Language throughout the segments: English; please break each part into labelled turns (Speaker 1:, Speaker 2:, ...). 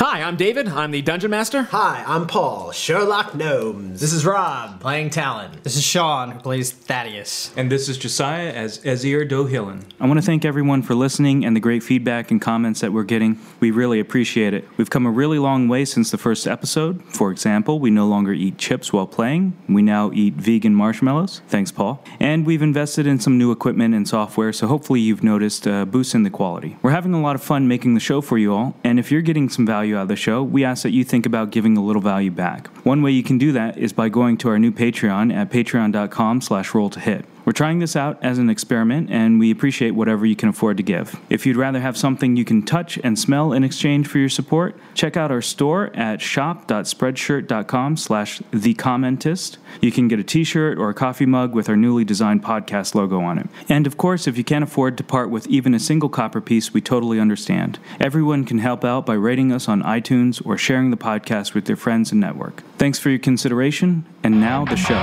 Speaker 1: Hi, I'm David. I'm the Dungeon Master.
Speaker 2: Hi, I'm Paul, Sherlock Gnomes.
Speaker 3: This is Rob
Speaker 4: playing Talon.
Speaker 5: This is Sean, who plays Thaddeus.
Speaker 6: And this is Josiah as Ezir Dohillen.
Speaker 7: I want to thank everyone for listening and the great feedback and comments that we're getting. We really appreciate it. We've come a really long way since the first episode. For example, we no longer eat chips while playing. We now eat vegan marshmallows. Thanks, Paul. And we've invested in some new equipment and software, so hopefully you've noticed a boost in the quality. We're having a lot of fun making the show for you all, and if you're getting some value out of the show, we ask that you think about giving a little value back. One way you can do that is by going to our new Patreon at patreon.com slash roll to hit. We're trying this out as an experiment, and we appreciate whatever you can afford to give. If you'd rather have something you can touch and smell in exchange for your support, check out our store at shop.spreadshirt.com slash thecommentist. You can get a t-shirt or a coffee mug with our newly designed podcast logo on it. And of course, if you can't afford to part with even a single copper piece, we totally understand. Everyone can help out by rating us on iTunes or sharing the podcast with their friends and network. Thanks for your consideration, and now the show.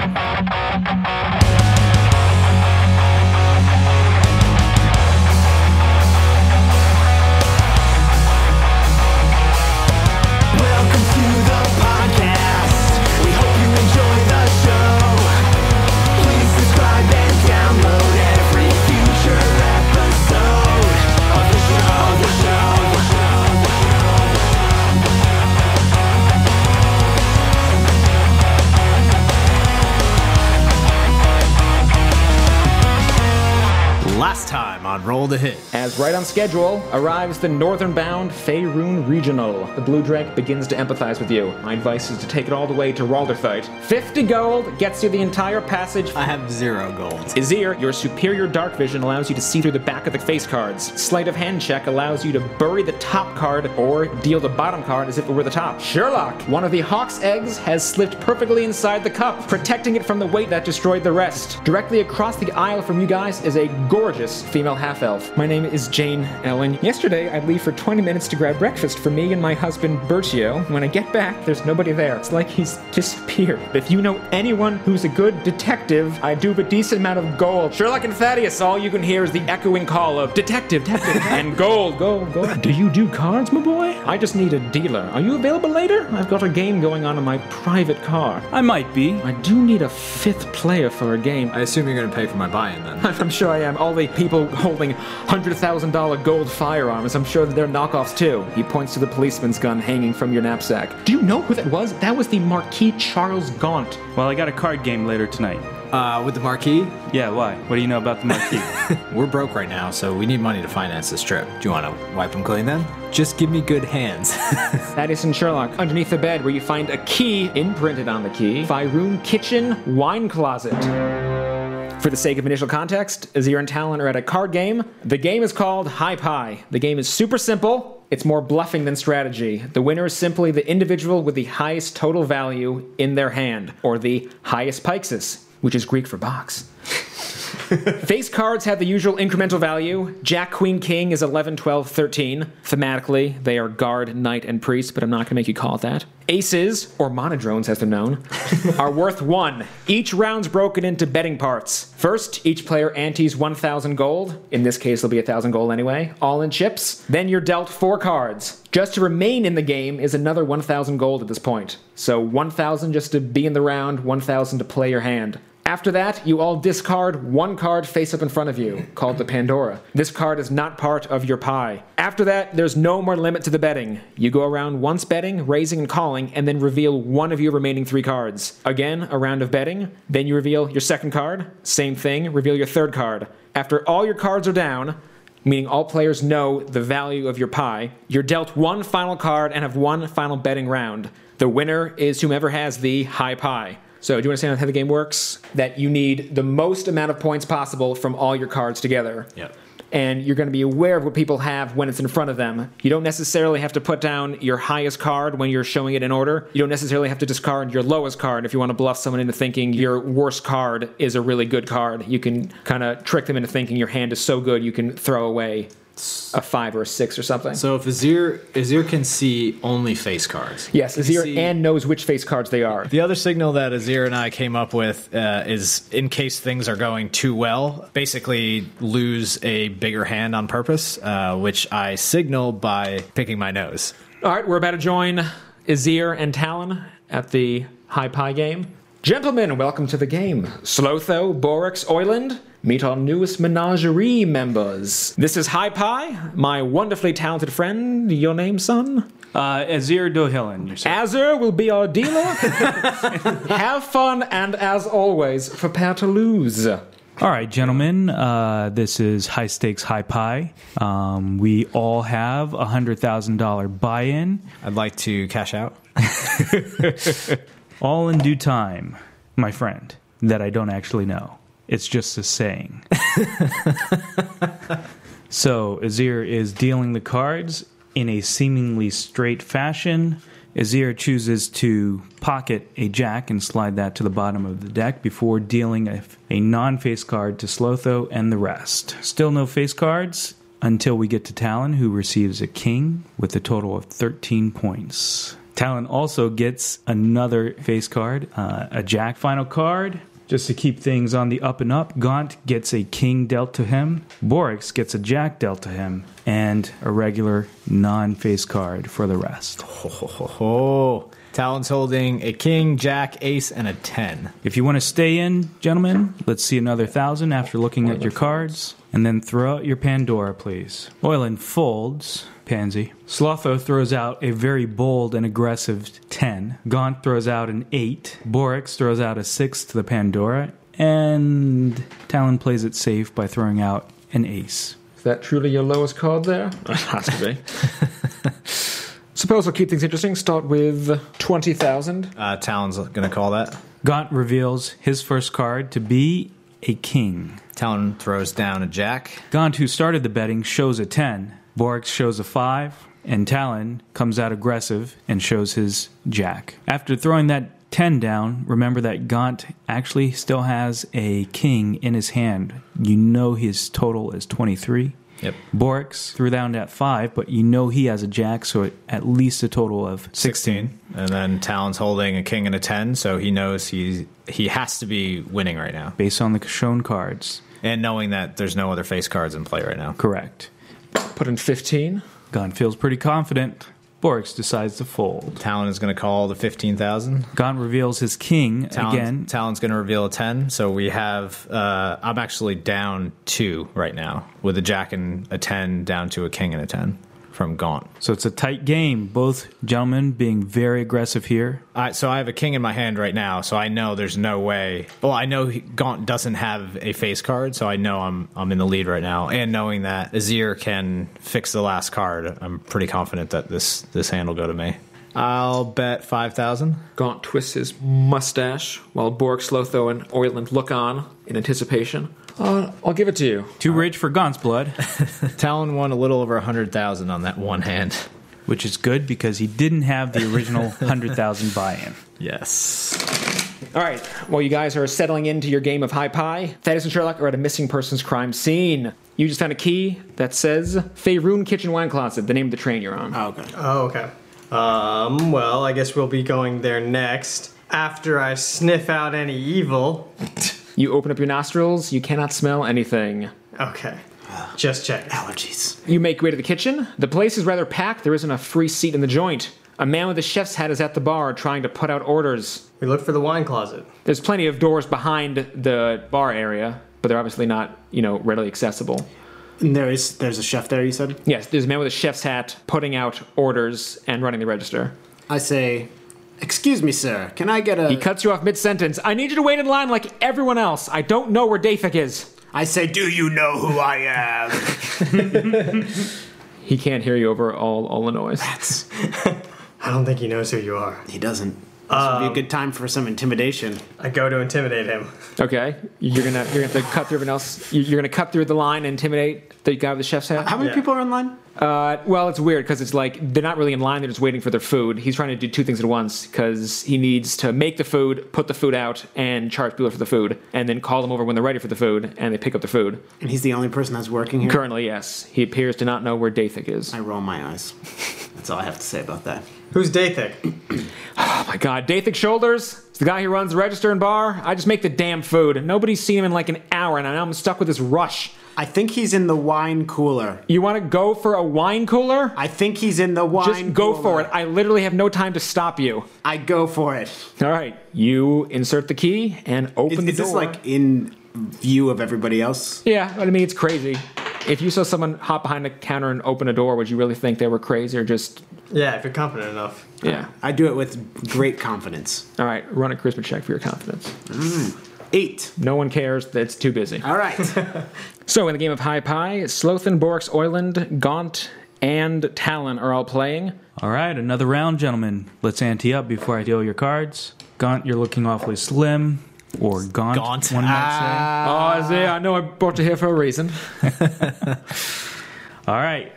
Speaker 3: on Roll to Hit.
Speaker 8: As right on schedule, arrives the northern bound Faerun Regional. The blue drake begins to empathize with you. My advice is to take it all the way to Ralderthite. 50 gold gets you the entire passage.
Speaker 3: I have zero gold.
Speaker 8: Azir, your superior dark vision allows you to see through the back of the face cards. Sleight of hand check allows you to bury the top card or deal the bottom card as if it were the top. Sherlock, one of the hawk's eggs has slipped perfectly inside the cup, protecting it from the weight that destroyed the rest. Directly across the aisle from you guys is a gorgeous female half elf. My name is Jane Ellen. Yesterday, I'd leave for 20 minutes to grab breakfast for me and my husband Bertio. When I get back, there's nobody there. It's like he's disappeared. If you know anyone who's a good detective, I do have a decent amount of gold. Sherlock and Thaddeus, all you can hear is the echoing call of detective, detective, and gold, gold, gold. Do you do cards, my boy? I just need a dealer. Are you available later? I've got a game going on in my private car.
Speaker 7: I might be.
Speaker 8: I do need a fifth player for a game.
Speaker 3: I assume you're going to pay for my buy-in then.
Speaker 8: I'm sure I am. All the people holding $100,000 gold firearms. I'm sure that they're knockoffs too. He points to the policeman's gun hanging from your knapsack. Do you know who that was? That was the Marquis Charles Gaunt.
Speaker 7: Well, I got a card game later tonight.
Speaker 3: Uh, with the Marquis?
Speaker 7: Yeah, why? What do you know about the Marquis?
Speaker 3: We're broke right now, so we need money to finance this trip. Do you want to wipe them clean then? Just give me good hands.
Speaker 8: that is in Sherlock, underneath the bed where you find a key imprinted on the key. Fyroon Kitchen Wine Closet. For the sake of initial context, Azir and Talon are at a card game. The game is called High Pie. The game is super simple. It's more bluffing than strategy. The winner is simply the individual with the highest total value in their hand, or the highest pixis, which is Greek for box. Face cards have the usual incremental value. Jack, Queen, King is 11, 12, 13. Thematically, they are guard, knight, and priest, but I'm not going to make you call it that. Aces, or monodrones as they're known, are worth one. Each round's broken into betting parts. First, each player antes 1,000 gold. In this case, it'll be 1,000 gold anyway, all in chips. Then you're dealt four cards. Just to remain in the game is another 1,000 gold at this point. So 1,000 just to be in the round, 1,000 to play your hand. After that, you all discard one card face up in front of you, called the Pandora. This card is not part of your pie. After that, there's no more limit to the betting. You go around once betting, raising, and calling, and then reveal one of your remaining three cards. Again, a round of betting, then you reveal your second card, same thing, reveal your third card. After all your cards are down, meaning all players know the value of your pie. You're dealt one final card and have one final betting round. The winner is whomever has the high pie. So, do you understand how the game works? That you need the most amount of points possible from all your cards together.
Speaker 3: Yep
Speaker 8: and you're going to be aware of what people have when it's in front of them. You don't necessarily have to put down your highest card when you're showing it in order. You don't necessarily have to discard your lowest card if you want to bluff someone into thinking your worst card is a really good card. You can kind of trick them into thinking your hand is so good you can throw away a five or a six or something.
Speaker 3: So if Azir Azir can see only face cards.
Speaker 8: Yes,
Speaker 3: can
Speaker 8: Azir see... and knows which face cards they are.
Speaker 9: The other signal that Azir and I came up with uh, is in case things are going too well, basically lose a bigger hand on purpose, uh, which I signal by picking my nose.
Speaker 8: All right, we're about to join Azir and Talon at the High Pie game. Gentlemen, welcome to the game. Slotho, Borix, Oiland, meet our newest menagerie members. This is High Pie, my wonderfully talented friend. Your name, son?
Speaker 7: Uh, Azir Dohilan, you said.
Speaker 8: Azir will be our dealer. Have fun, and as always, prepare to lose.
Speaker 7: All right, gentlemen, uh, this is High Stakes High Pie. Um, we all have a $100,000 buy in,
Speaker 9: I'd like to cash out.
Speaker 7: all in due time, my friend, that I don't actually know. It's just a saying. so, Azir is dealing the cards in a seemingly straight fashion. Azir chooses to pocket a jack and slide that to the bottom of the deck before dealing a, a non face card to Slotho and the rest. Still no face cards until we get to Talon, who receives a king with a total of 13 points. Talon also gets another face card, uh, a jack final card. Just to keep things on the up and up, Gaunt gets a king dealt to him, Borix gets a jack dealt to him, and a regular non face card for the rest.
Speaker 9: Oh, Talon's holding a king, jack, ace, and a ten.
Speaker 7: If you want to stay in, gentlemen, let's see another thousand after looking at your cards. And then throw out your Pandora, please. Oilin folds, Pansy. Slotho throws out a very bold and aggressive 10. Gaunt throws out an 8. Borix throws out a 6 to the Pandora. And Talon plays it safe by throwing out an ace.
Speaker 8: Is that truly your lowest card there?
Speaker 1: Has to be.
Speaker 8: Suppose we'll keep things interesting. Start with 20,000.
Speaker 9: Uh, Talon's gonna call that.
Speaker 7: Gaunt reveals his first card to be a king.
Speaker 9: Talon throws down a jack.
Speaker 7: Gaunt, who started the betting, shows a 10. Borix shows a 5. And Talon comes out aggressive and shows his jack. After throwing that 10 down, remember that Gaunt actually still has a king in his hand. You know his total is 23.
Speaker 9: Yep.
Speaker 7: Borix threw down that 5, but you know he has a jack, so it, at least a total of
Speaker 9: 16 and then talon's holding a king and a 10 so he knows he he has to be winning right now
Speaker 7: based on the shown cards.
Speaker 9: and knowing that there's no other face cards in play right now
Speaker 7: Correct.
Speaker 8: Put in 15.
Speaker 7: Gaunt feels pretty confident. Borix decides to fold.
Speaker 9: talon is going to call the 15000
Speaker 7: Gaunt reveals his king
Speaker 9: Talon's-
Speaker 7: again.
Speaker 9: talon's going to reveal a 10 so we have uh, i'm actually down two right now with a jack and a 10 down to a king and a 10 from gaunt
Speaker 7: So it's a tight game. Both gentlemen being very aggressive here.
Speaker 9: I, so I have a king in my hand right now, so I know there's no way. Well, I know he, Gaunt doesn't have a face card, so I know I'm I'm in the lead right now. And knowing that Azir can fix the last card, I'm pretty confident that this this hand will go to me. I'll bet five thousand.
Speaker 8: Gaunt twists his mustache while Borg, Slotho, and Oiland look on in anticipation. Uh, I'll give it to you.
Speaker 7: Too rich for Gaunt's blood,
Speaker 9: Talon won a little over a hundred thousand on that one hand.
Speaker 7: which is good because he didn't have the original 100,000 buy in.
Speaker 9: Yes.
Speaker 8: All right, while you guys are settling into your game of high pie, Thaddeus and Sherlock are at a missing persons crime scene. You just found a key that says Faerun Kitchen Wine Closet, the name of the train you're on.
Speaker 2: Oh, okay.
Speaker 4: Oh, okay. Um, well, I guess we'll be going there next. After I sniff out any evil.
Speaker 8: You open up your nostrils, you cannot smell anything.
Speaker 4: Okay. Just check.
Speaker 2: Allergies.
Speaker 8: You make your way to the kitchen. The place is rather packed, there isn't a free seat in the joint. A man with a chef's hat is at the bar trying to put out orders.
Speaker 4: We look for the wine closet.
Speaker 8: There's plenty of doors behind the bar area, but they're obviously not, you know, readily accessible.
Speaker 2: And there is there's a chef there. You said.
Speaker 8: Yes, there's a man with a chef's hat putting out orders and running the register.
Speaker 2: I say, excuse me, sir. Can I get
Speaker 8: He
Speaker 2: a?
Speaker 8: cuts you off mid sentence. I need you to wait in line like everyone else. I don't know where Dafik is.
Speaker 2: I say, do you know who I am?
Speaker 8: He can't hear you over all, all the noise.
Speaker 4: I don't think he knows who you are.
Speaker 2: he doesn't. This would be a good time for some intimidation.
Speaker 4: I go to intimidate him.
Speaker 8: Okay, you're gonna you're gonna have to cut through everyone else. You- You're gonna cut through the line and intimidate the guy with the chef's hat.
Speaker 2: How many
Speaker 4: Yeah.
Speaker 2: people are in line?
Speaker 8: Uh, well, it's weird because it's like they're not really in line; they're just waiting for their food. He's trying to do two things at once because he needs to make the food, put the food out, and charge people for the food, and then call them over when they're ready for the food, and they pick up the food.
Speaker 2: And he's the only person that's working here.
Speaker 8: Currently, yes, he appears to not know where Dathik is. Oh
Speaker 2: I roll my eyes. That's all I have to say about that.
Speaker 4: Who's Dathic?
Speaker 8: Oh my god, Dathic Shoulders. It's the guy who runs the register and bar. I just make the damn food. Nobody's seen him in like an hour, and now I'm stuck with this rush.
Speaker 2: I think he's in the wine cooler.
Speaker 8: You want to go for a wine cooler?
Speaker 2: I think he's in the wine.
Speaker 8: Just go
Speaker 2: cooler.
Speaker 8: for it. I literally have no time to stop you.
Speaker 2: I go for it.
Speaker 8: All right, you insert the key and open
Speaker 2: Is,
Speaker 8: the
Speaker 2: is
Speaker 8: door.
Speaker 2: this like in view of everybody else?
Speaker 8: yeah, but I mean it's crazy. If you saw someone hop behind the counter and open a door, would you really think they were crazy or just
Speaker 4: Yeah, if you're confident enough.
Speaker 8: yeah?
Speaker 2: I do it with great confidence.
Speaker 8: All right, run a charisma check for your confidence.
Speaker 2: Eight.
Speaker 8: No one cares. It's too busy.
Speaker 2: All right.
Speaker 8: So, in the game of High Pie, Slothin, Borks, Oyland, Gaunt, and Talon are all playing.
Speaker 7: All right, another round, gentlemen. Let's ante up before I deal your cards. Gaunt, you're looking awfully slim, or gaunt.
Speaker 9: Gaunt. Ah.
Speaker 7: One might
Speaker 8: Oh, Isaiah, I know I brought you here for a reason.
Speaker 7: say. All right,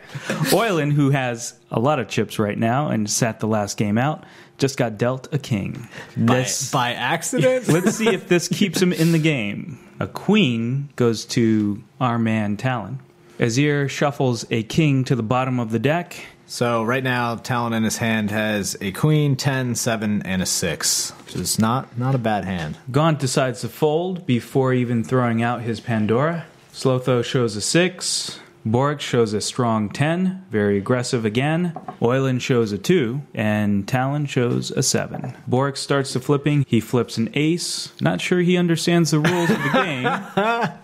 Speaker 7: Oyland, who has a lot of chips right now and sat the last game out, just got dealt a king. This-
Speaker 9: by accident.
Speaker 7: let's see if this keeps him in the game. A queen goes to our man Talon. Azir shuffles a king to the bottom of the deck.
Speaker 9: so right now, Talon in his hand has a queen, 10, 7, and a 6. Which is not not a bad hand.
Speaker 7: Gaunt decides to fold before even throwing out his Pandora. Slotho shows a 6. Boric shows a strong 10, very aggressive again. Oyland shows a 2, and Talon shows a 7. Boric starts to flipping. He flips an ace. Not sure he understands the rules of the game.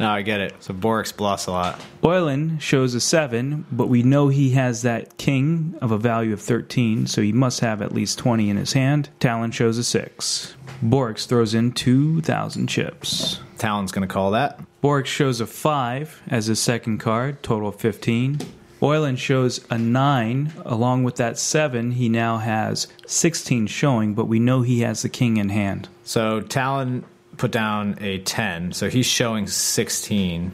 Speaker 9: No, I get it. So Borix bluffs a lot.
Speaker 7: Oyland shows a 7, but we know he has that king of a value of 13, so he must have at least 20 in his hand. Talon shows a 6. Borix throws in 2,000 chips.
Speaker 9: Talon's going to call that.
Speaker 7: Borix shows a 5 as his second card, total of 15. Oyland shows a 9. Along with that 7, he now has 16 showing, but we know he has the king in hand.
Speaker 9: So Talon put down a 10, so he's showing 16.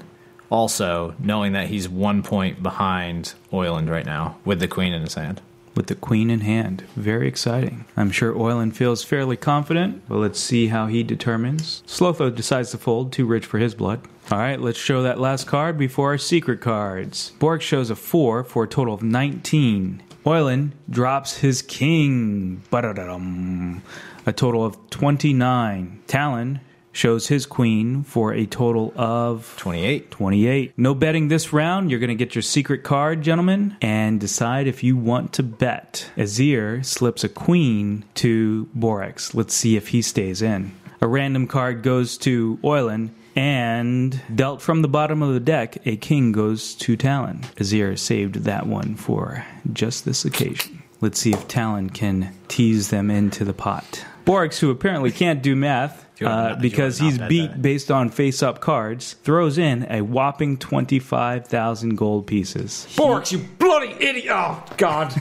Speaker 9: Also, knowing that he's one point behind Oyland right now with the queen in his hand.
Speaker 7: with the queen in hand. Very exciting. I'm sure Oyland feels fairly confident, but let's see how he determines. Slotho decides to fold, too rich for his blood. All right, let's show that last card before our secret cards. Bork shows a 4 for a total of 19. Oyland drops his king. Ba-da-da-dum. A total of 29. Talon shows his queen for a total of
Speaker 9: 28.
Speaker 7: 28. No betting this round. You're going to get your secret card, gentlemen, and decide if you want to bet. Azir slips a queen to Borax. Let's see if he stays in. A random card goes to Oyland, and dealt from the bottom of the deck, a king goes to Talon. Azir saved that one for just this occasion. Let's see if Talon can tease them into the pot. Borax, who apparently can't do math
Speaker 9: You wanna-
Speaker 7: uh,
Speaker 9: you wanna
Speaker 7: because
Speaker 9: not
Speaker 7: he's
Speaker 9: bet
Speaker 7: beat
Speaker 9: that.
Speaker 7: based on face up cards, throws in a whopping 25,000 gold pieces.
Speaker 8: Borks, you bloody idiot! Oh, God.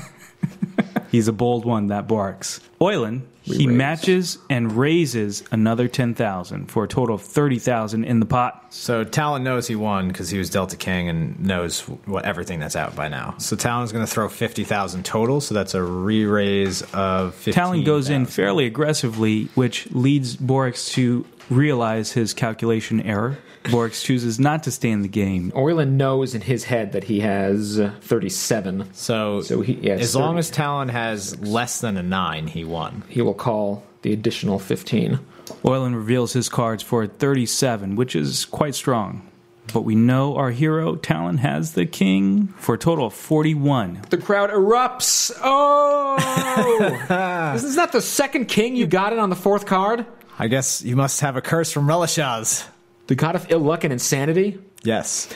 Speaker 7: He's a bold one, that Barks. Oyland, he matches and raises another 10,000 for a total of 30,000 in the pot.
Speaker 9: So Talon knows he won because he was Delta King and knows what everything that's out by now. So Talon's going to throw 50,000 total, so that's a re raise of 15.
Speaker 7: Talon goes in fairly aggressively, which leads Borix to realize his calculation error. Borix chooses not to stay in the game.
Speaker 8: Orlin knows in his head that he has 37.
Speaker 9: So,
Speaker 8: So he- yeah,
Speaker 9: as
Speaker 8: it's
Speaker 9: long
Speaker 8: 30.
Speaker 9: as Talon has less than a 9, he won.
Speaker 8: He will call the additional 15.
Speaker 7: Oyland reveals his cards for 37, which is quite strong. But we know our hero, Talon, has the king for a total of 41.
Speaker 8: The crowd erupts. Oh! this is not the second king you got it on the fourth card.
Speaker 9: I guess you must have a curse from Relishaz.
Speaker 8: The god of ill luck and insanity.
Speaker 9: Yes.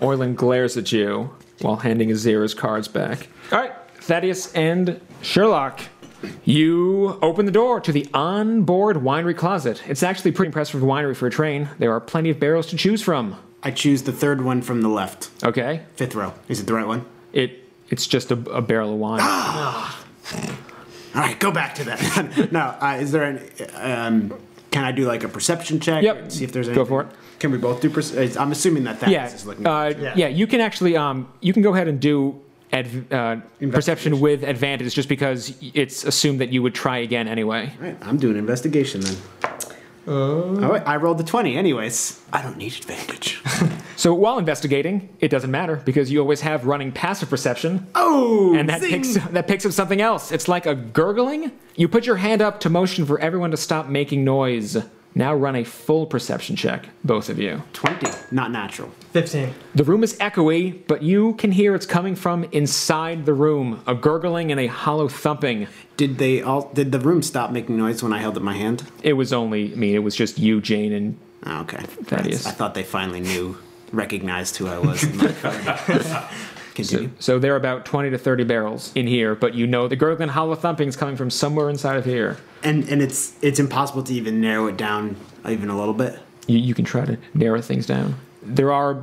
Speaker 8: Orlin glares at you while handing Azira's cards back. All right, Thaddeus and Sherlock, you open the door to the onboard winery closet. It's actually pretty impressive winery for a train. There are plenty of barrels to choose from.
Speaker 2: I choose the third one from the left.
Speaker 8: Okay,
Speaker 2: Fifth row. Is it the right one?
Speaker 8: it it's just a, a barrel of wine.
Speaker 2: Ah, All right, go back to that. no, uh, is there an? Um, can I do like a perception check?
Speaker 8: Yep.
Speaker 2: and See if there's
Speaker 8: Go
Speaker 2: anything?
Speaker 8: for it.
Speaker 2: Can we both do? Perce- I'm assuming that that
Speaker 8: yeah,
Speaker 2: is looking.
Speaker 8: uh,
Speaker 2: at
Speaker 8: yeah, You can actually um, you can go ahead and do. Adv- uh, perception with advantage just because it's assumed that you would try again anyway.
Speaker 2: All right, I'm doing investigation then. All right, I rolled the twenty. Anyways, Uh. I don't need advantage.
Speaker 8: So while investigating, it doesn't matter because you always have running passive perception.
Speaker 2: oh,
Speaker 8: and that
Speaker 2: zing.
Speaker 8: picks that picks up something else. It's like a gurgling. You put your hand up to motion for everyone to stop making noise. Now run a full perception check, both of you.
Speaker 2: 20. Not natural.
Speaker 4: 15.
Speaker 8: The room is echoey, but you can hear it's coming from inside the room a gurgling and a hollow thumping.
Speaker 2: Did they all? Did the room stop making noise when I held up my hand?
Speaker 8: It was only, I mean, it was just you, Jane, and
Speaker 2: Oh, okay.
Speaker 8: Thaddeus.
Speaker 2: I thought they finally knew, recognized who I was. Continue.
Speaker 8: So there are about 20 to 30 barrels in here, but you know the gurgling hollow thumping is coming from somewhere inside of here.
Speaker 2: and and it's it's impossible to even narrow it down even a little bit.
Speaker 8: You, you can try to narrow things down. There are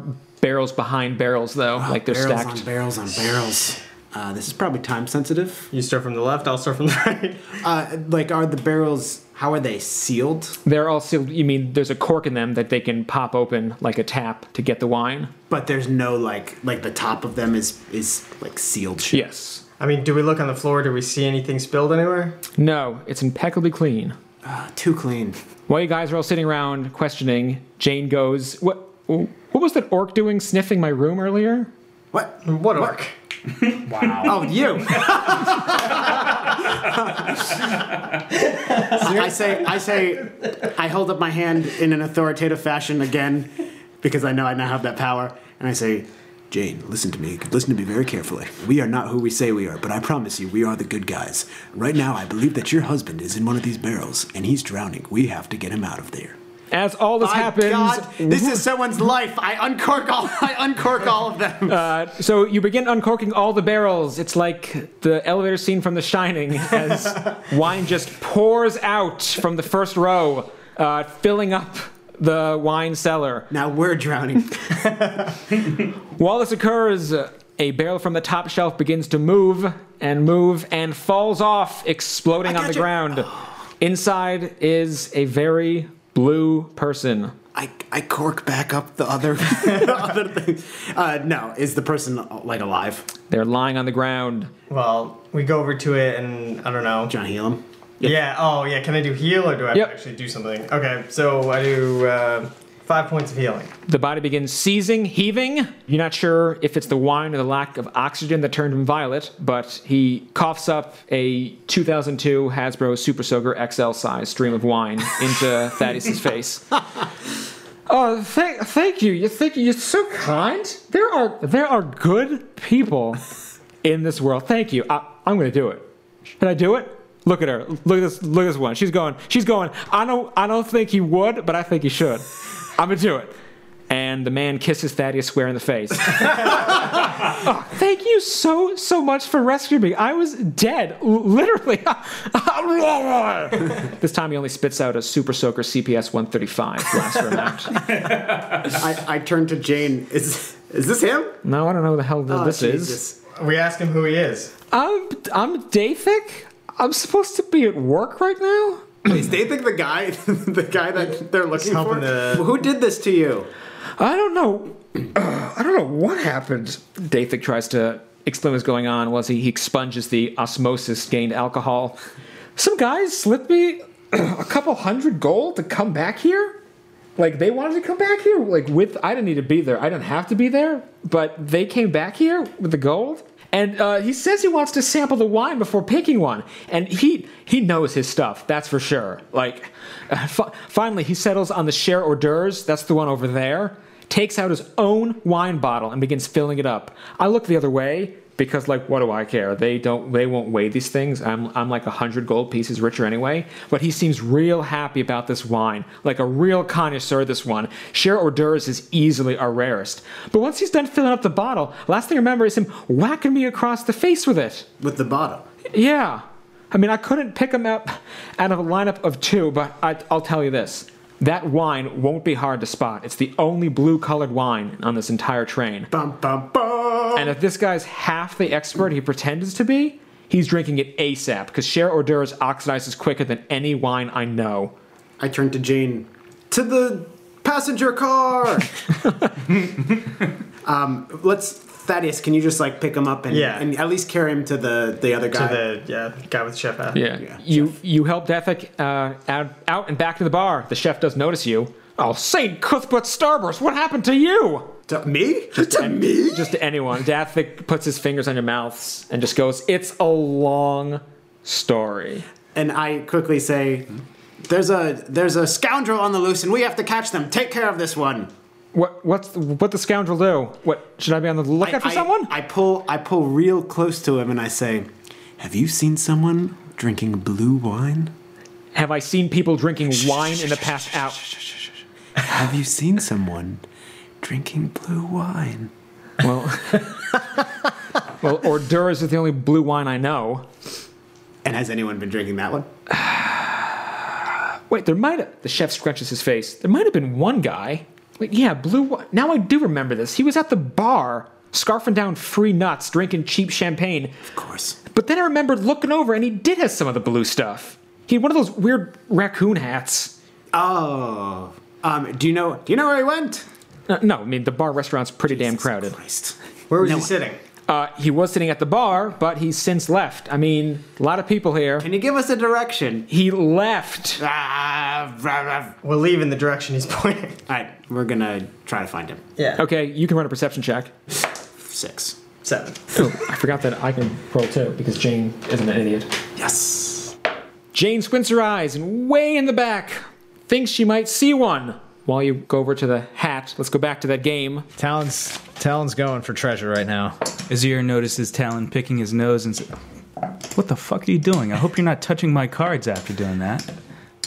Speaker 8: barrels behind barrels, though, like they're
Speaker 2: Oh, barrels
Speaker 8: stacked.
Speaker 2: on barrels on barrels. Uh, this is probably time sensitive.
Speaker 4: You start from the left, I'll start from the right.
Speaker 2: Uh, like, are the barrels? How are they sealed?
Speaker 8: They're all sealed. You mean there's a cork in them that they can pop open like a tap to get the wine?
Speaker 2: But there's no like like the top of them is is like sealed shut.
Speaker 8: Yes.
Speaker 4: I mean, do we look on the floor? Do we see anything spilled anywhere?
Speaker 8: No, it's impeccably clean.
Speaker 2: Uh, too clean.
Speaker 8: While you guys are all sitting around questioning, Jane goes, "What? What was that orc doing sniffing my room earlier?"
Speaker 2: What?
Speaker 4: What orc?
Speaker 2: Oh, you. I say, I say, I hold up my hand in an authoritative fashion again because I know I now have that power, and I say, Jane, listen to me. Listen to me very carefully. We are not who we say we are, but I promise you, we are the good guys. Right now, I believe that your husband is in one of these barrels, and he's drowning. We have to get him out of there.
Speaker 8: As all this
Speaker 2: My
Speaker 8: happens,
Speaker 2: God, this is someone's life. I uncork all. I uncork all of them.
Speaker 8: So you begin uncorking all the barrels. It's like the elevator scene from The Shining as wine just pours out from the first row, uh, filling up the wine cellar.
Speaker 2: now we're drowning.
Speaker 8: While this occurs, a barrel from the top shelf begins to move and move and falls off, exploding
Speaker 2: I
Speaker 8: on the
Speaker 2: got you.
Speaker 8: ground. Inside is a very blue person.
Speaker 2: I, I cork back up the other other things. Uh, no, is the person uh, like alive?
Speaker 8: They're lying on the ground.
Speaker 4: Well, we go over to it and I don't know.
Speaker 2: John Helam.
Speaker 4: Yeah, oh, yeah. Can I do heal or do I have
Speaker 8: Yep.
Speaker 4: to actually do something? Okay, so I do uh, five points of healing.
Speaker 8: The body begins seizing, heaving. You're not sure if it's the wine or the lack of oxygen that turned him violet, but he coughs up a 2002 Hasbro Super Soaker XL size stream of wine into Thaddeus's face. Oh, thank, thank you. You think you're so kind. There are there are good people in this world. Thank you. I, I'm going to do it. Should I do it? Look at her. Look at this. Look at this one. She's going. She's going. I don't. I don't think he would, but I think he should. I'm going to do it. And the man kisses Thaddeus square in the face. Oh, thank you so so much for rescuing me. I was dead, l- literally. this time he only spits out a Super Soaker CPS 135 blaster amount.
Speaker 2: I, I turn to Jane. Is is this him?
Speaker 8: No, I don't know who the hell th-
Speaker 2: Oh,
Speaker 8: this is.
Speaker 2: Jesus.
Speaker 4: We ask him who he is.
Speaker 8: I'm I'm Dathic. I'm supposed to be at work right now.
Speaker 2: Is they think the guy the guy that they're looking for?
Speaker 4: helping the-
Speaker 2: Who did this to you?
Speaker 8: I don't know. I don't know what happened. Dathic tries to explain what's going on. Was he he expunges the osmosis gained alcohol? Some guys slipped me a couple hundred gold to come back here. Like they wanted to come back here. Like with I didn't need to be there. I didn't have to be there. But they came back here with the gold. And uh, he says he wants to sample the wine before picking one, and he he knows his stuff. That's for sure. Like, uh, fi- finally, he settles on the share hors d'oeuvres. That's the one over there takes out his own wine bottle and begins filling it up. I look the other way because like what do I care? They don't they won't weigh these things. I'm I'm like a hundred gold pieces richer anyway. But he seems real happy about this wine. Like a real connoisseur this one. Share hors d'oeuvres is easily our rarest. But once he's done filling up the bottle, last thing I remember is him whacking me across the face with it.
Speaker 2: With the bottle.
Speaker 8: Yeah. I mean, I couldn't pick him up out of a lineup of two, but I, I'll tell you this. That wine won't be hard to spot. It's the only blue colored wine on this entire train.
Speaker 2: Bum bum bum.
Speaker 8: And if this guy's half the expert he pretends to be, he's drinking it ASAP, because Cher hors d'oeuvres oxidizes quicker than any wine I know.
Speaker 2: I turn to Jane. To the passenger car. um, let's Thaddeus. Can you just like pick him up and
Speaker 4: Yeah.
Speaker 2: and at least carry him to the the other guy?
Speaker 4: To the yeah, guy with the chef hat.
Speaker 2: Yeah,
Speaker 8: you you help Defik uh, out, out and back to the bar. The chef does notice you. Oh, St. Cuthbert Starburst, what happened to you?
Speaker 2: To me? to me?
Speaker 8: just to anyone. Dathvik puts his fingers on your mouths and just goes, "It's a long story."
Speaker 2: And I quickly say, There's a there's a scoundrel on the loose, and we have to catch them. Take care of this one.
Speaker 8: What? What's the, what the scoundrel do? What should I be on the lookout for?
Speaker 2: I-
Speaker 8: someone?
Speaker 2: I pull I pull real close to him and I say, "Have you seen someone drinking blue wine?
Speaker 8: Have I seen people drinking wine in the past hour?
Speaker 2: Have you seen someone drinking blue wine?"
Speaker 8: Well, well, Orduras is the only blue wine I know.
Speaker 2: And has anyone been drinking that one?
Speaker 8: Wait, there might have. The chef scrunches his face. There might have been one guy. Wait, yeah, blue. wi- Now I do remember this. He was at the bar, scarfing down free nuts, drinking cheap champagne.
Speaker 2: Of course.
Speaker 8: But then I remembered looking over, and he did have some of the blue stuff. He had one of those weird raccoon hats.
Speaker 2: Oh, um, do you know do you know where he went?
Speaker 8: Uh, no, I mean the bar restaurant's pretty damn crowded.
Speaker 2: Christ.
Speaker 4: Where was he sitting?
Speaker 8: Uh, he was sitting at the bar, but he's since left. I mean, a lot of people here.
Speaker 2: Can you give us a direction?
Speaker 8: He left.
Speaker 2: Ah, rah, rah.
Speaker 4: We'll leave in the direction he's pointing.
Speaker 2: All right, we're gonna try to find him.
Speaker 4: Yeah.
Speaker 8: Okay, you can run a perception check.
Speaker 2: Six.
Speaker 4: Seven.
Speaker 8: Oh, I forgot that I can roll too because Jane isn't an idiot.
Speaker 2: Yes.
Speaker 8: Jane squints her eyes and way in the back thinks she might see one. While you go over to the hat, let's go back to that game.
Speaker 9: Talon's Talon's going for treasure right now.
Speaker 7: Azir notices Talon picking his nose and says, "What the fuck are you doing? I hope you're not touching my cards after doing that."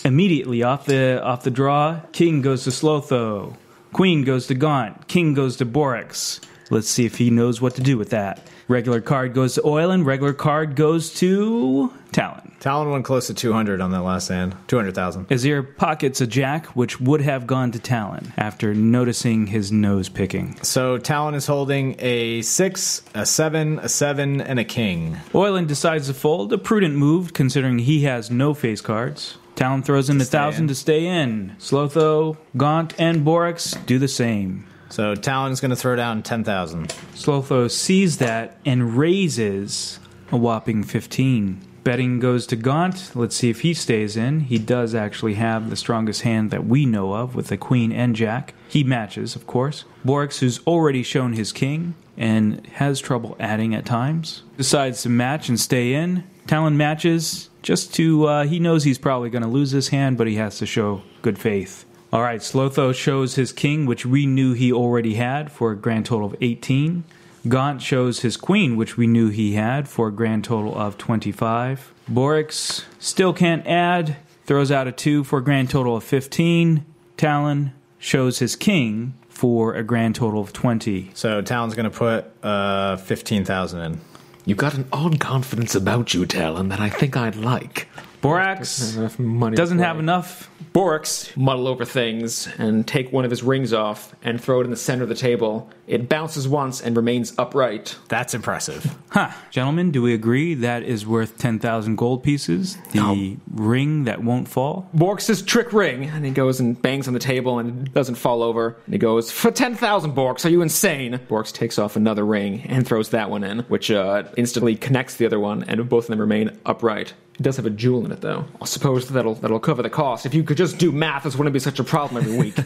Speaker 7: Immediately off the off the draw, King goes to Slotho, Queen goes to Gaunt, King goes to Borix. Let's see if he knows what to do with that. Regular card goes to Oil, and regular card goes to Talon.
Speaker 9: Talon went close to 200 on that last hand. 200,000.
Speaker 7: Azir pockets a jack, which would have gone to Talon after noticing his nose picking.
Speaker 9: So Talon is holding a 6, a 7, a 7 and a king.
Speaker 7: Oyland decides to fold, a prudent move considering he has no face cards. Talon throws in a thousand
Speaker 9: in.
Speaker 7: to stay in. Slotho, Gaunt, and Borix do the same.
Speaker 9: So Talon is going to throw down 10,000.
Speaker 7: Slotho sees that and raises a whopping 15. Betting goes to Gaunt. Let's see if he stays in. He does actually have the strongest hand that we know of with the queen and jack. He matches, of course. Borix, who's already shown his king and has trouble adding at times, decides to match and stay in. Talon matches just to, uh, he knows he's probably going to lose his hand, but he has to show good faith. All right, Slotho shows his king, which we knew he already had, for a grand total of 18. Gaunt shows his queen, which we knew he had, for a grand total of 25. Borix still can't add, throws out a 2 for a grand total of 15. Talon shows his king for a grand total of 20.
Speaker 9: So Talon's going to put uh 15,000 in.
Speaker 10: You got an odd confidence about you, Talon, that I think I'd like.
Speaker 7: Borax
Speaker 8: Enough money.
Speaker 7: doesn't
Speaker 8: for
Speaker 7: have
Speaker 8: it.
Speaker 7: enough.
Speaker 8: Borix muddle over things and take one of his rings off and throw it in the center of the table. It bounces once and remains upright.
Speaker 9: That's impressive.
Speaker 7: Huh. Gentlemen, do we agree that is worth 10,000 gold pieces? The ring that won't fall?
Speaker 8: Borx's trick ring, and he goes and bangs on the table and doesn't fall over. And he goes, For 10,000, Borx, are you insane? Borx takes off another ring and throws that one in, which uh, instantly connects the other one, and both of them remain upright. It does have a jewel in it, though. I suppose that'll, that'll cover the cost. If you could just do math, this wouldn't be such a problem every week.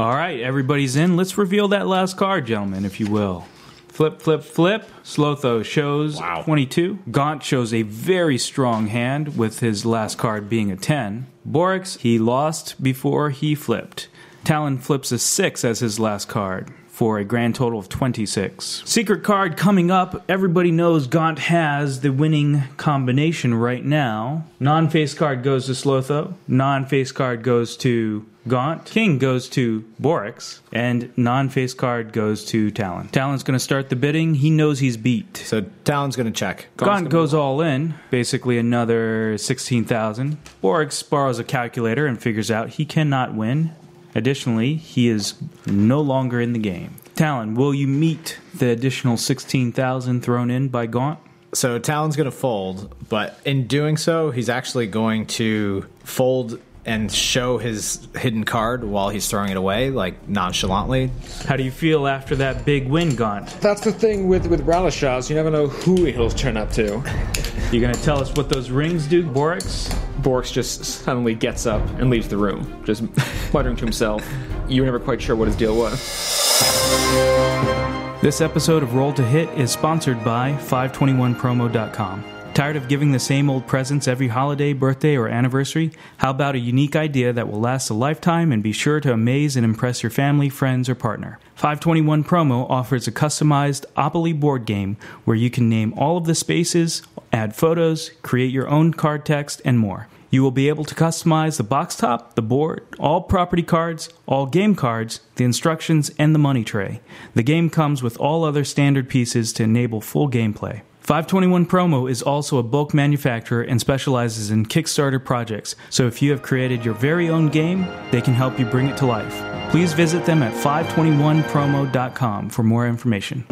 Speaker 7: All right, everybody's in. Let's reveal that last card, gentlemen, if you will. Flip, flip, flip. Slotho shows 22. Gaunt shows a very strong hand, with his last card being a 10. Borix, he lost before he flipped. Talon flips a 6 as his last card for a grand total of 26. Secret card coming up. Everybody knows Gaunt has the winning combination right now. Non face card goes to Slotho. Non face card goes to Gaunt. King goes to Borix. And non face card goes to Talon. Talon's going to start the bidding. He knows he's beat.
Speaker 9: So Talon's going to check.
Speaker 7: Gaunt goes all in, basically another 16,000. Borix borrows a calculator and figures out he cannot win. Additionally, he is no longer in the game. Talon, will you meet the additional 16,000 thrown in by Gaunt?
Speaker 9: So Talon's going to fold, but in doing so, he's actually going to fold and show his hidden card while he's throwing it away, like nonchalantly.
Speaker 7: How do you feel after that big win, Gaunt?
Speaker 8: That's the thing with, with Ralashaw's. You never know who he'll turn up to.
Speaker 7: You gonna tell us what those rings do, Borix?
Speaker 8: Borks just suddenly gets up and leaves the room, just muttering to himself. You were never quite sure what his deal was.
Speaker 7: This episode of Roll to Hit is sponsored by 521promo.com. Tired of giving the same old presents every holiday, birthday, or anniversary? How about a unique idea that will last a lifetime and be sure to amaze and impress your family, friends, or partner? 521 Promo offers a customized Opoly board game where you can name all of the spaces, add photos, create your own card text, and more. You will be able to customize the box top, the board, all property cards, all game cards, the instructions, and the money tray. The game comes with all other standard pieces to enable full gameplay. 521 Promo is also a bulk manufacturer and specializes in Kickstarter projects, so if you have created your very own game, they can help you bring it to life. Please visit them at 521promo.com for more information.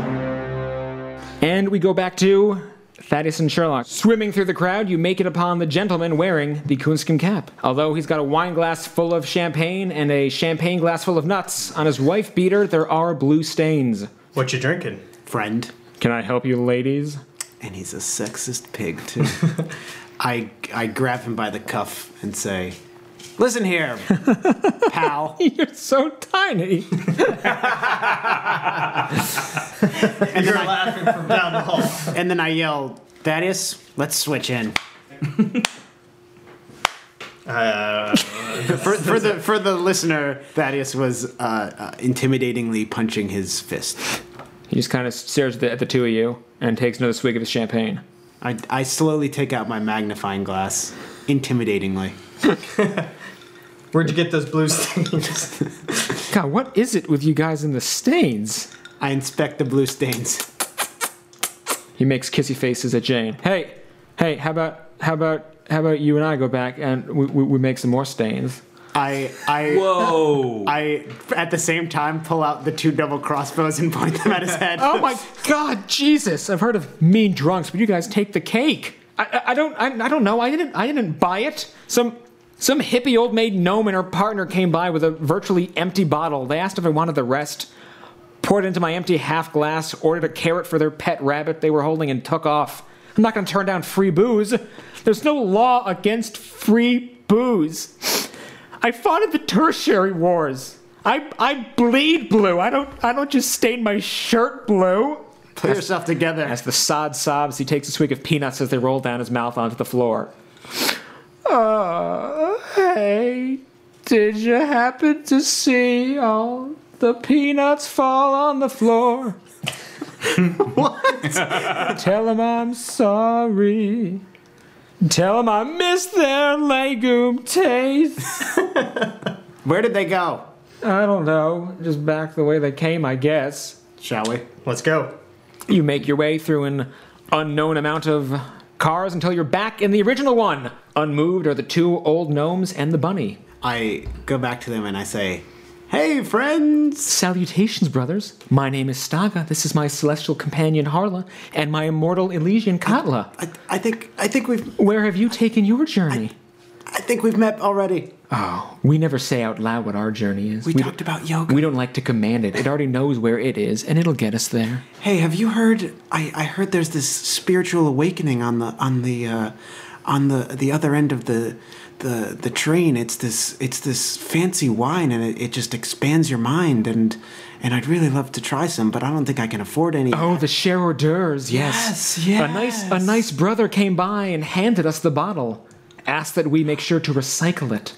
Speaker 8: And we go back to Thaddeus and Sherlock. Swimming through the crowd, you make it upon the gentleman wearing the coonskin cap. Although he's got a wine glass full of champagne and a champagne glass full of nuts, on his wife beater there are blue stains.
Speaker 4: What you drinking?
Speaker 2: Friend.
Speaker 8: Can I help you, ladies?
Speaker 2: And he's a sexist pig, too. I, I grab him by the cuff and say, Listen here, pal.
Speaker 8: You're so tiny.
Speaker 4: You're laughing from down the hall.
Speaker 2: and then I yell, Thaddeus, let's switch in.
Speaker 4: Uh,
Speaker 2: For, for, the, for the listener, Thaddeus was uh, uh, intimidatingly punching his fist.
Speaker 8: He just kind of stares at the, at the two of you and takes another swig of his champagne.
Speaker 2: I, I slowly take out my magnifying glass, intimidatingly.
Speaker 4: where'd you get those blue stains?
Speaker 8: God, what is it with you guys and the stains?
Speaker 2: I inspect the blue stains.
Speaker 8: He makes kissy faces at Jane. Hey, hey, how about how about how about you and I go back and we, we, we make some more stains?
Speaker 2: I I
Speaker 6: Whoa.
Speaker 2: I at the same time pull out the two double crossbows and point them at his head.
Speaker 8: Oh my God, Jesus! I've heard of mean drunks, but you guys take the cake. I, I, I don't I, I don't know. I didn't I didn't buy it. Some some hippie old maid gnome and her partner came by with a virtually empty bottle. They asked if I wanted the rest. Poured it into my empty half glass. Ordered a carrot for their pet rabbit they were holding and took off. I'm not going to turn down free booze. There's no law against free booze. I fought in the tertiary wars. I, I bleed blue. I don't I don't just stain my shirt blue.
Speaker 2: Put yourself together.
Speaker 8: As the sod sobs, he takes a swig of peanuts as they roll down his mouth onto the floor. Uh, hey, did you happen to see all the peanuts fall on the floor? what? Tell him I'm sorry. Tell him I miss their legume taste.
Speaker 2: Where did they go?
Speaker 8: I don't know. Just back the way they came, I guess.
Speaker 2: Shall we?
Speaker 4: Let's go.
Speaker 8: You make your way through an unknown amount of cars until you're back in the original one. Unmoved are the two old gnomes and the bunny.
Speaker 2: I go back to them and I say, "Hey, friends."
Speaker 8: Salutations, brothers. My name is Staga. This is my celestial companion Harla and my immortal Elysian Katla.
Speaker 2: I, I think I think we've
Speaker 8: Where have you taken your journey?
Speaker 2: I think we've met already.
Speaker 8: Oh, we never say out loud what our journey is.
Speaker 2: We,
Speaker 8: don't-
Speaker 2: talked about yoga.
Speaker 8: We don't like to command it. It already knows where it is, and it'll get us there.
Speaker 2: Hey, have you heard? I, I heard there's this spiritual awakening on the on the uh, on the the other end of the the the train. It's this it's this fancy wine, and it, it just expands your mind. and And I'd really love to try some, but I don't think I can afford any.
Speaker 8: Oh, the Cher hors d'oeuvres, yes.
Speaker 2: Yes,
Speaker 8: A nice a
Speaker 2: yes.
Speaker 8: nice brother came by and handed us the bottle. Asked that we make sure to recycle it.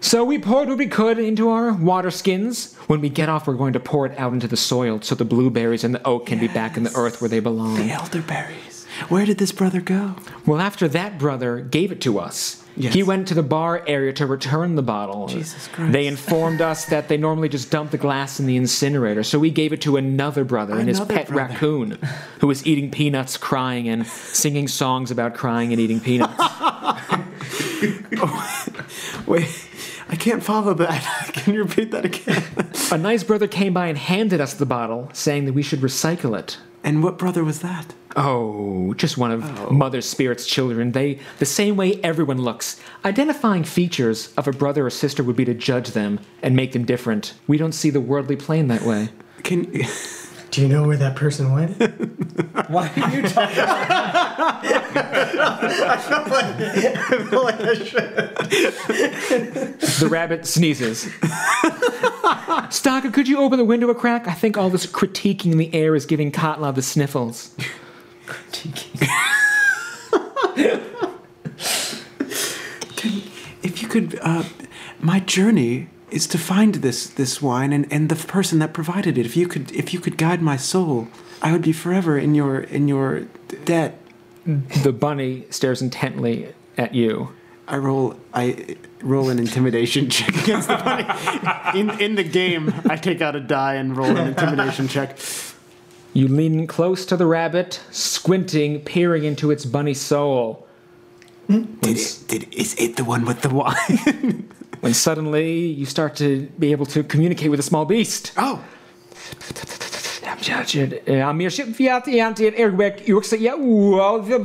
Speaker 8: so we poured what we could into our water skins. When we get off, we're going to pour it out into the soil so the blueberries and the oak can be back in the earth where they belong.
Speaker 2: the elderberries. Where did this brother go?
Speaker 8: Well, after that brother gave it to us,
Speaker 2: Yes.
Speaker 8: he went to the bar area to return the bottle.
Speaker 2: Jesus Christ.
Speaker 8: They informed us that they normally just dump the glass in the incinerator, so we gave it to another brother and his
Speaker 2: Another
Speaker 8: pet
Speaker 2: brother.
Speaker 8: raccoon, who was eating peanuts, crying, and singing songs about crying and eating peanuts.
Speaker 2: Wait, I can't follow that. can you repeat that again?
Speaker 8: A nice brother came by and handed us the bottle, saying that we should recycle it.
Speaker 2: and what brother was that?
Speaker 8: Oh, just one of Mother Spirit's children. They, the same way everyone looks. Identifying features of a brother or sister would be to judge them and make them different. We don't see the worldly plane that way.
Speaker 2: Can
Speaker 4: Do you know where that person went? Why are you talking? I feel like I should.
Speaker 8: The rabbit sneezes. Stalker, could you open the window a crack? I think all this critiquing in the air is giving Kotla the sniffles.
Speaker 2: could. Uh, my journey is to find this this wine and, and the person that provided it. If you could if you could guide my soul, I would be forever in your in your debt.
Speaker 8: The bunny stares intently at you.
Speaker 2: I roll. I roll an intimidation check against the bunny. In in the game, I take out a die and roll an intimidation check.
Speaker 8: You lean close to the rabbit, squinting, peering into its bunny soul.
Speaker 2: Did it, did, is it the one with the wine?
Speaker 8: when suddenly you start to be able to communicate with a small beast.
Speaker 2: Oh!
Speaker 8: oh, The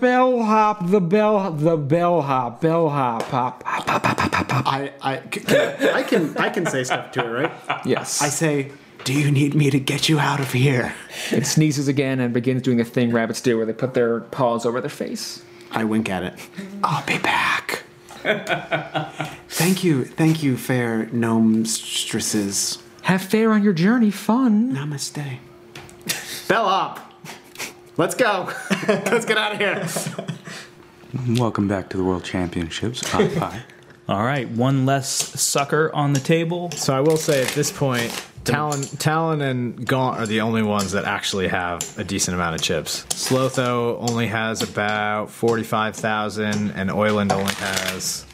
Speaker 8: bellhop, the bell, the bellhop, bellhop, hop, hop, hop, hop, hop, hop.
Speaker 2: I I c- can, I can I can say stuff to it, right?
Speaker 8: Yes.
Speaker 2: I say, "Do you need me to get you out of here?"
Speaker 8: It sneezes again and begins doing the thing rabbits do where they put their paws over their face.
Speaker 2: I wink at it. I'll be back. thank you, thank you, fair gnomestresses.
Speaker 8: Have fair on your journey, fun.
Speaker 2: Namaste.
Speaker 4: Bell up. Let's go. Let's get out of here.
Speaker 7: Welcome back to the World Championships, Pot Pie. All right, one less sucker on the table.
Speaker 9: So I will say at this point, Talon, Talon, and Gaunt are the only ones that actually have a decent amount of chips. Slotho only has about forty-five thousand, and Oyland only has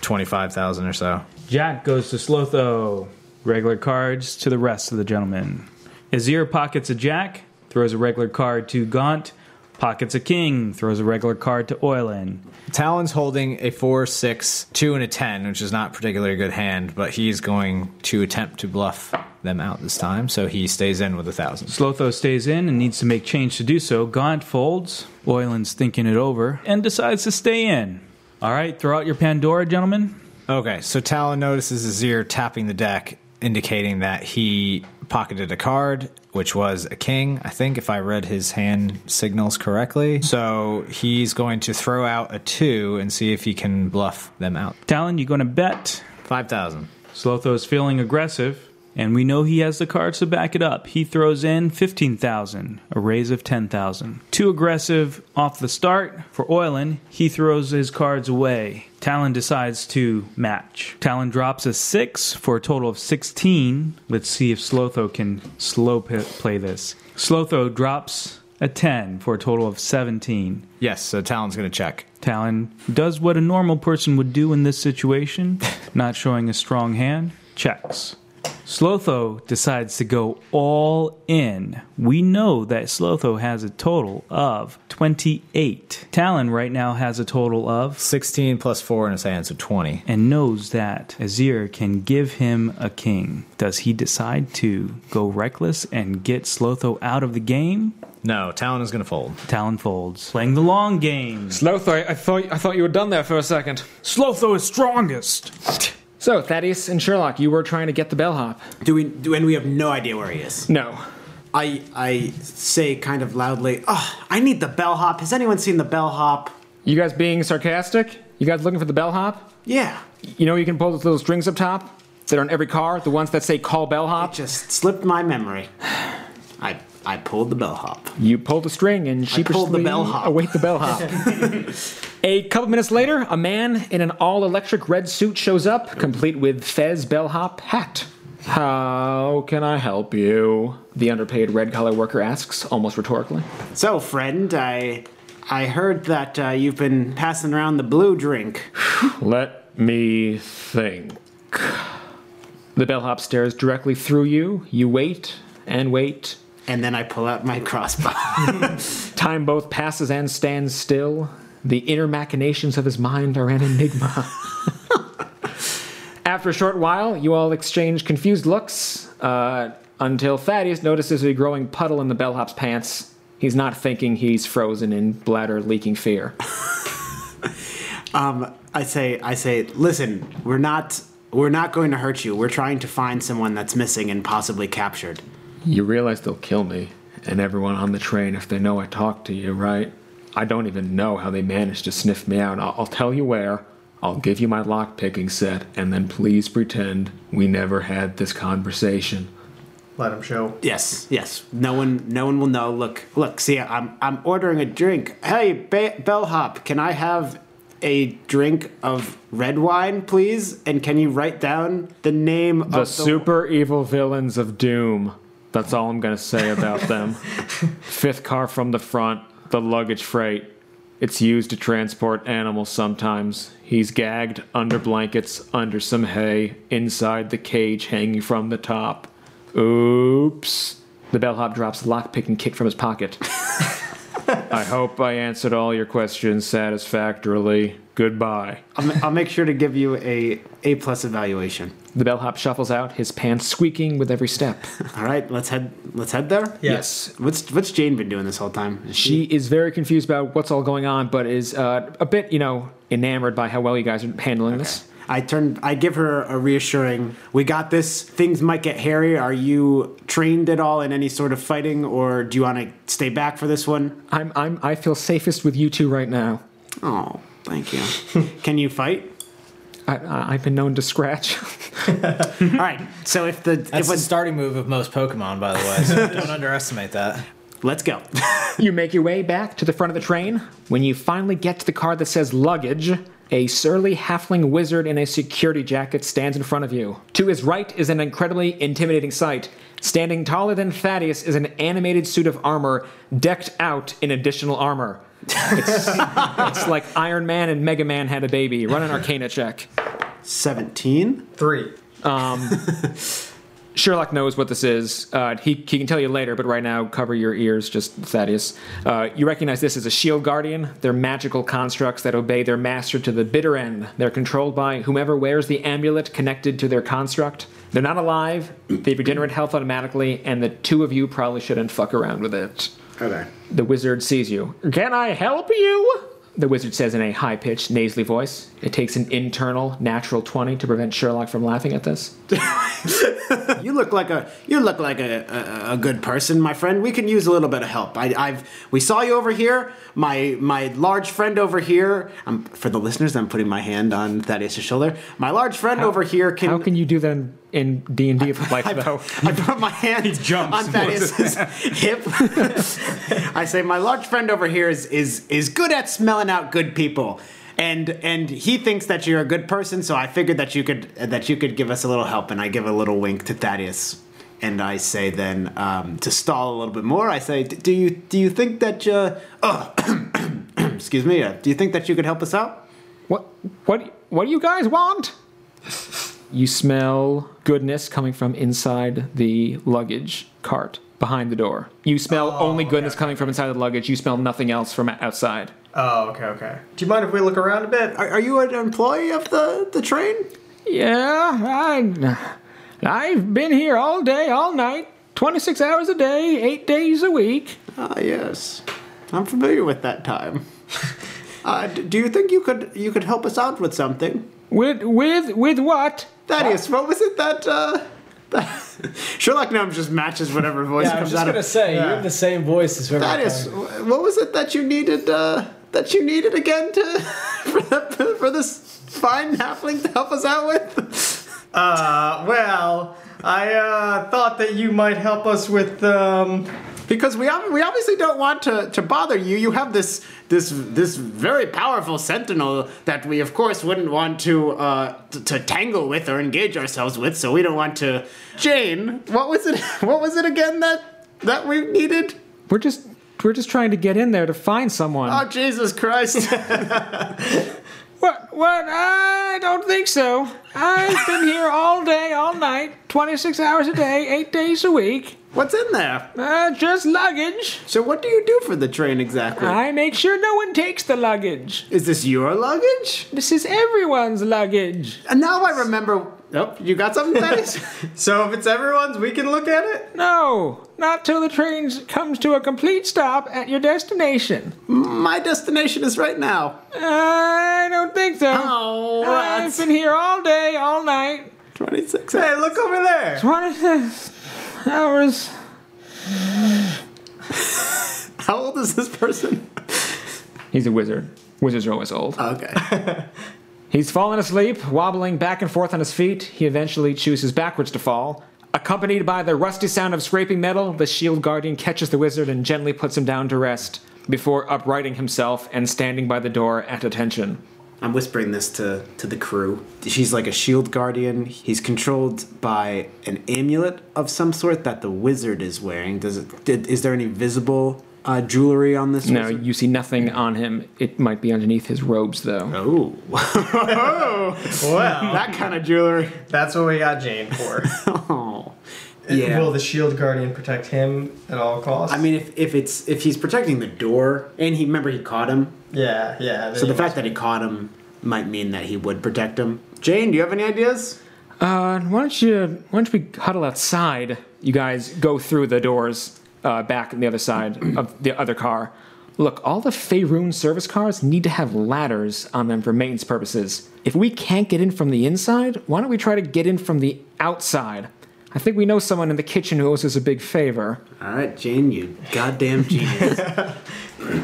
Speaker 9: twenty-five thousand or so.
Speaker 6: Jack goes to Slotho.
Speaker 7: Regular cards to the rest of the gentlemen. Azir pockets a jack, throws a regular card to Gaunt, pockets a king, throws a regular card to Oilin.
Speaker 9: Talon's holding a four, six, two, and a ten, which is not particularly a good hand, but he's going to attempt to bluff them out this time, so he stays in with a thousand.
Speaker 7: Slotho stays in and needs to make change to do so. Gaunt folds. Oilin's thinking it over and decides to stay in. All right, throw out your Pandora, gentlemen.
Speaker 9: Okay, so Talon notices Azir tapping the deck, indicating that he pocketed a card, which was a king, I think, if I read his hand signals correctly. So he's going to throw out a two and see if he can bluff them out.
Speaker 7: Talon, you going to bet?
Speaker 9: 5,000.
Speaker 7: Slotho is feeling aggressive, and we know he has the cards to back it up. He throws in 15,000, a raise of 10,000. Too aggressive off the start for Oilin. He throws his cards away. Talon decides to match. Talon drops a 6 for a total of 16. Let's see if Slotho can slow p- play this. Slotho drops a 10 for a total of 17.
Speaker 9: Yes, so Talon's going to check.
Speaker 7: Talon does what a normal person would do in this situation, not showing a strong hand, checks. Slotho decides to go all in. We know that Slotho has a total of 28. Talon right now has a total of
Speaker 9: 16 plus four in his hand, so 20.
Speaker 7: and knows that Azir can give him a king. Does he decide to go reckless and get Slotho out of the game?
Speaker 9: No, Talon is going to fold.
Speaker 7: Talon folds, playing the long game.
Speaker 5: Slotho, I, I thought I thought you were done there for a second.
Speaker 7: Slotho is strongest.
Speaker 8: So, Thaddeus and Sherlock, you were trying to get the bellhop.
Speaker 2: Do we? Do, and we have no idea where he is.
Speaker 8: No.
Speaker 2: I I say kind of loudly, "Oh, I need the bellhop. Has anyone seen the bellhop?"
Speaker 8: You guys being sarcastic? You guys looking for the bellhop?
Speaker 2: Yeah.
Speaker 8: You know you can pull those little strings up top that are on every car, the ones that say call bellhop?
Speaker 2: Just slipped my memory. I I pulled the bellhop.
Speaker 8: You pull the string and sheepishly
Speaker 2: pulled the bellhop.
Speaker 8: await the bellhop. a couple minutes later, a man in an all-electric red suit shows up, complete with fez bellhop hat. How can I help you? The underpaid red-collar worker asks, almost rhetorically.
Speaker 2: So, friend, I I heard that uh, you've been passing around the blue drink.
Speaker 5: Let me think.
Speaker 8: The bellhop stares directly through you. You wait and wait.
Speaker 2: And then I pull out my crossbow.
Speaker 8: Time both passes and stands still. The inner machinations of his mind are an enigma. After a short while, you all exchange confused looks uh, until Thaddeus notices a growing puddle in the bellhop's pants. He's not thinking, he's frozen in bladder leaking fear.
Speaker 2: Um, I say, I say, listen, we're not, we're not going to hurt you. We're trying to find someone that's missing and possibly captured.
Speaker 5: You realize they'll kill me and everyone on the train if they know I talked to you, right? I don't even know how they managed to sniff me out. I'll, I'll tell you where. I'll give you my lock picking set, and then please pretend we never had this conversation.
Speaker 4: Let him show.
Speaker 2: Yes, yes. No one, no one will know. Look, look. See, I'm, I'm ordering a drink. Hey, ba- bellhop, can I have a drink of red wine, please? And can you write down the name of
Speaker 8: The
Speaker 2: the
Speaker 8: super evil villains of Doom. That's all I'm going to say about them. Fifth car from the front, the luggage freight. It's used to transport animals sometimes. He's gagged under blankets, under some hay, inside the cage hanging from the top. Oops. The bellhop drops a lockpick and kick from his pocket. I hope I answered all your questions satisfactorily. Goodbye.
Speaker 2: I'll, ma- I'll make sure to give you a A plus evaluation.
Speaker 8: The bellhop shuffles out, his pants squeaking with every step.
Speaker 2: All right, let's head. Let's head there.
Speaker 4: Yes.
Speaker 2: What's What's Jane been doing this whole time? Is
Speaker 8: She is very confused about what's all going on, but is uh, a bit, you know, enamored by how well you guys are handling this.
Speaker 2: I turn. I give her a reassuring. We got this. Things might get hairy. Are you trained at all in any sort of fighting, or do you want to stay back for this one?
Speaker 8: I'm, I'm, I feel safest with you two right now.
Speaker 2: Oh, thank you. Can you fight?
Speaker 8: I, I, I've been known to scratch.
Speaker 2: All right. So if the
Speaker 9: That's
Speaker 2: if
Speaker 9: the
Speaker 2: a,
Speaker 9: starting move of most Pokemon, by the way. So don't underestimate that.
Speaker 2: let's go.
Speaker 8: you make your way back to the front of the train. When you finally get to the car that says luggage, a surly halfling wizard in a security jacket stands in front of you. To his right is an incredibly intimidating sight. Standing taller than Thaddeus is an animated suit of armor decked out in additional armor. It's, it's like Iron Man and Mega Man had a baby. Run an arcana check.
Speaker 2: Seventeen.
Speaker 4: Three.
Speaker 8: Sherlock knows what this is. Uh, he, he can tell you later, but right now, cover your ears, just Thaddeus. Uh, you recognize this as a shield guardian. They're magical constructs that obey their master to the bitter end. They're controlled by whomever wears the amulet connected to their construct. They're not alive, they regenerate health automatically, and the two of you probably shouldn't fuck around with it.
Speaker 2: Okay.
Speaker 8: The wizard sees you. Can I help you? The wizard says in a high pitched, nasally voice. It takes an internal, natural 20 to prevent Sherlock from laughing at this.
Speaker 2: You look like a you look like a, a, a good person, my friend. We can use a little bit of help. I, I've we saw you over here. My my large friend over here. I'm, for the listeners, I'm putting my hand on Thaddeus' shoulder. My large friend over here can.
Speaker 8: How can you do that in- in D and D like
Speaker 2: I,
Speaker 8: though?
Speaker 2: I put my hand on Thaddeus' hip. I say, my large friend over here is is is good at smelling out good people. And and he thinks that you're a good person, so I figured that you could that you could give us a little help. And I give a little wink to Thaddeus, and I say then um, to stall a little bit more. I say, "D- do you do you think that uh, oh, excuse me, uh, do you think that you could help us out?
Speaker 8: What what what do you guys want? You smell goodness coming from inside the luggage cart behind the door. You smell
Speaker 2: Oh,
Speaker 8: only goodness coming from inside the luggage. You smell nothing else from outside.
Speaker 4: Oh, okay, okay. Do you mind if we look around a bit?
Speaker 2: Are, are you an employee of the the train?
Speaker 8: Yeah, I I've been here all day, all night, 26 hours a day, 8 days a week.
Speaker 2: Ah, yes. I'm familiar with that time. uh, d- do you think you could you could help us out with something?
Speaker 8: With with with what?
Speaker 2: Thaddeus, what was it that, uh... that- Sherlock Gnomes just matches whatever voice comes out of...
Speaker 9: say you have the same voice as whoever.
Speaker 2: Thaddeus, wh- what was it that you needed, uh... That you needed again to... for, the, for this fine halfling to help us out with?
Speaker 4: Uh, well, I uh, thought that you might help us with um,
Speaker 2: Because we, ob- we obviously don't want to, to bother you. You have this this this very powerful sentinel that we of course wouldn't want to uh, t- to tangle with or engage ourselves with. So we don't want to. Jane, what was it? What was it again that that we needed?
Speaker 8: We're just we're just trying to get in there to find someone.
Speaker 2: Oh Jesus Christ!
Speaker 8: What? What? I don't think so. I've been here all day, all night, 26 hours a day, 8 days a week.
Speaker 2: What's in there?
Speaker 8: Uh, just luggage.
Speaker 2: So what do you do for the train exactly?
Speaker 8: I make sure no one takes the luggage.
Speaker 2: Is this your luggage?
Speaker 8: This is everyone's luggage.
Speaker 2: And now I remember. Oh, you got something, Thaddeus?
Speaker 4: So if it's everyone's, we can look at it.
Speaker 8: No, not till the train comes to a complete stop at your destination.
Speaker 2: My destination is right now.
Speaker 8: I don't think so.
Speaker 2: Oh,
Speaker 8: I've been here all day, all night,
Speaker 2: twenty-six.
Speaker 4: Hey, look over there.
Speaker 8: 26 hours.
Speaker 2: How old is this person?
Speaker 8: He's a wizard. Wizards are always old.
Speaker 2: Okay.
Speaker 8: He's fallen asleep, wobbling back and forth on his feet. He eventually chooses backwards to fall. Accompanied by the rusty sound of scraping metal, the shield E guardian catches the wizard and gently puts him down to rest, before uprighting himself and standing by the door at attention.
Speaker 2: I'm whispering this to, to the crew. She's like a shield guardian. He's controlled by an amulet of some sort that the wizard is wearing. Does it? Did, is there any visible uh, jewelry on this?
Speaker 8: No,
Speaker 2: wizard?
Speaker 8: you see nothing on him. It might be underneath his robes, though.
Speaker 2: Oh,
Speaker 4: Well,
Speaker 2: that kind of jewelry.
Speaker 4: that's what we got Jane for.
Speaker 2: Oh, yeah.
Speaker 4: Will the shield guardian protect him at all costs?
Speaker 2: I mean, if, if it's if he's protecting the door, and he remember he caught him,
Speaker 4: yeah, yeah.
Speaker 2: so the fact that he caught him might mean that he would protect him. Jane, do you have any ideas?
Speaker 8: Uh, why don't you? Why don't we huddle outside? You guys go through the doors uh, back on the other side of the other car. Look, all the Faerun service cars need to have ladders on them for maintenance purposes. If we can't get in from the inside, why don't we try to get in from the outside? I think we know someone in the kitchen who owes us a big favor.
Speaker 2: All right, Jane, you goddamn genius.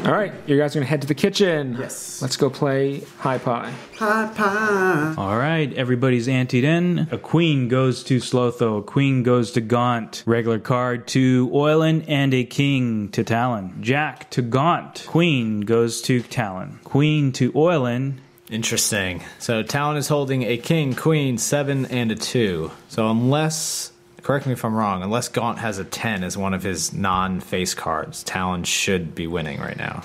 Speaker 8: All right, you guys are gonna head to the kitchen.
Speaker 2: Yes.
Speaker 8: Let's go play high pie.
Speaker 2: Pie, pie.
Speaker 7: All right, everybody's anteed in. A queen goes to Slotho, a queen goes to Gaunt, regular card to Oilin, and a king to Talon. Jack to Gaunt, queen goes to Talon, queen to Oilin.
Speaker 9: Interesting. So Talon is holding a king, queen, seven, and a two. So unless, correct me if I'm wrong, unless Gaunt has a ten as one of his non-face cards, Talon should be winning right now.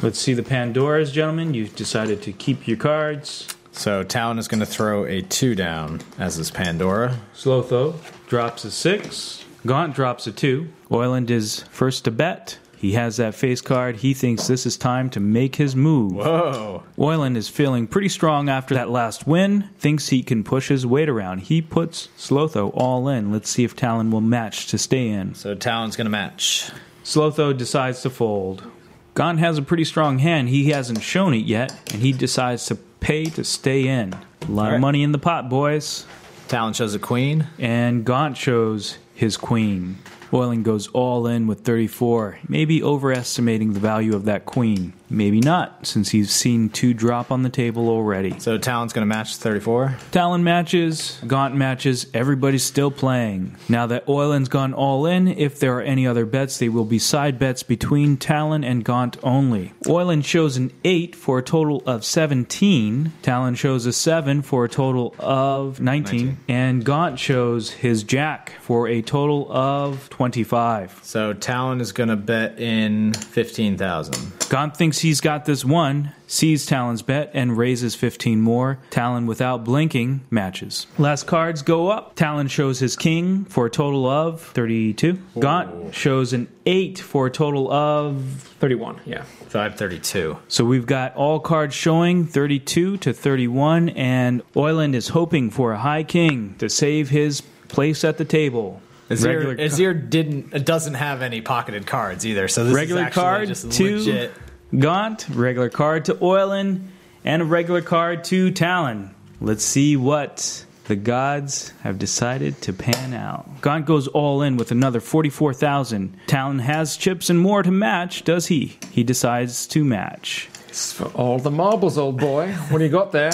Speaker 7: Let's see the Pandoras, gentlemen. You've decided to keep your cards.
Speaker 9: So Talon is going to throw a two down as his Pandora.
Speaker 7: Slotho drops a six. Gaunt drops a two. Oiland is first to bet. He has that face card. He thinks this is time to make his move.
Speaker 2: Oh.
Speaker 9: Whoa!
Speaker 7: Oyland is feeling pretty strong after that last win, thinks he can push his weight around. He puts Slotho all in. Let's see if Talon will match to stay in.
Speaker 9: So Talon's going to match.
Speaker 7: Slotho decides to fold. Gon has a pretty strong hand. He hasn't shown it yet, and he decides to pay to stay in. A lot of
Speaker 9: right.
Speaker 7: money in the pot, boys.
Speaker 9: Talon shows a queen.
Speaker 7: And Gaunt shows his queen. Oyland goes all in with 34, maybe overestimating the value of that queen. Maybe not, since he's seen two drop on the table already.
Speaker 9: So Talon's going to match 34.
Speaker 7: Talon matches, Gaunt matches, everybody's still playing. Now that Oyland's gone all in, if there are any other bets, they will be side bets between Talon and Gaunt only. Oyland shows an 8 for a total of 17. Talon shows a 7 for a total of 19.
Speaker 9: 19.
Speaker 7: And Gaunt shows his jack for a total of 25.
Speaker 9: So Talon is going to bet in 15,000.
Speaker 7: Gaunt thinks he's got this one, sees Talon's bet, and raises 15 more. Talon, without blinking, matches. Last cards go up. Talon shows his king for a total of 32. Gaunt shows an 8 for a total of.
Speaker 8: 31, yeah.
Speaker 9: So I have 32.
Speaker 7: So we've got all cards showing 32 to 31, and Oyland is hoping for a high king to save his place at the table.
Speaker 9: Azir,
Speaker 7: Regular ca-
Speaker 9: Azir didn't doesn't have any pocketed cards either. So this
Speaker 7: Regular
Speaker 9: is actually
Speaker 7: card,
Speaker 9: just
Speaker 7: two.
Speaker 9: legit.
Speaker 7: Gaunt, regular card to Oilin, and a regular card to Talon. Let's see what the gods have decided to pan out. Gaunt goes all in with another 44,000. Talon has chips and more to match, does he? He decides to match.
Speaker 8: It's for all the marbles, old boy. What do you got there?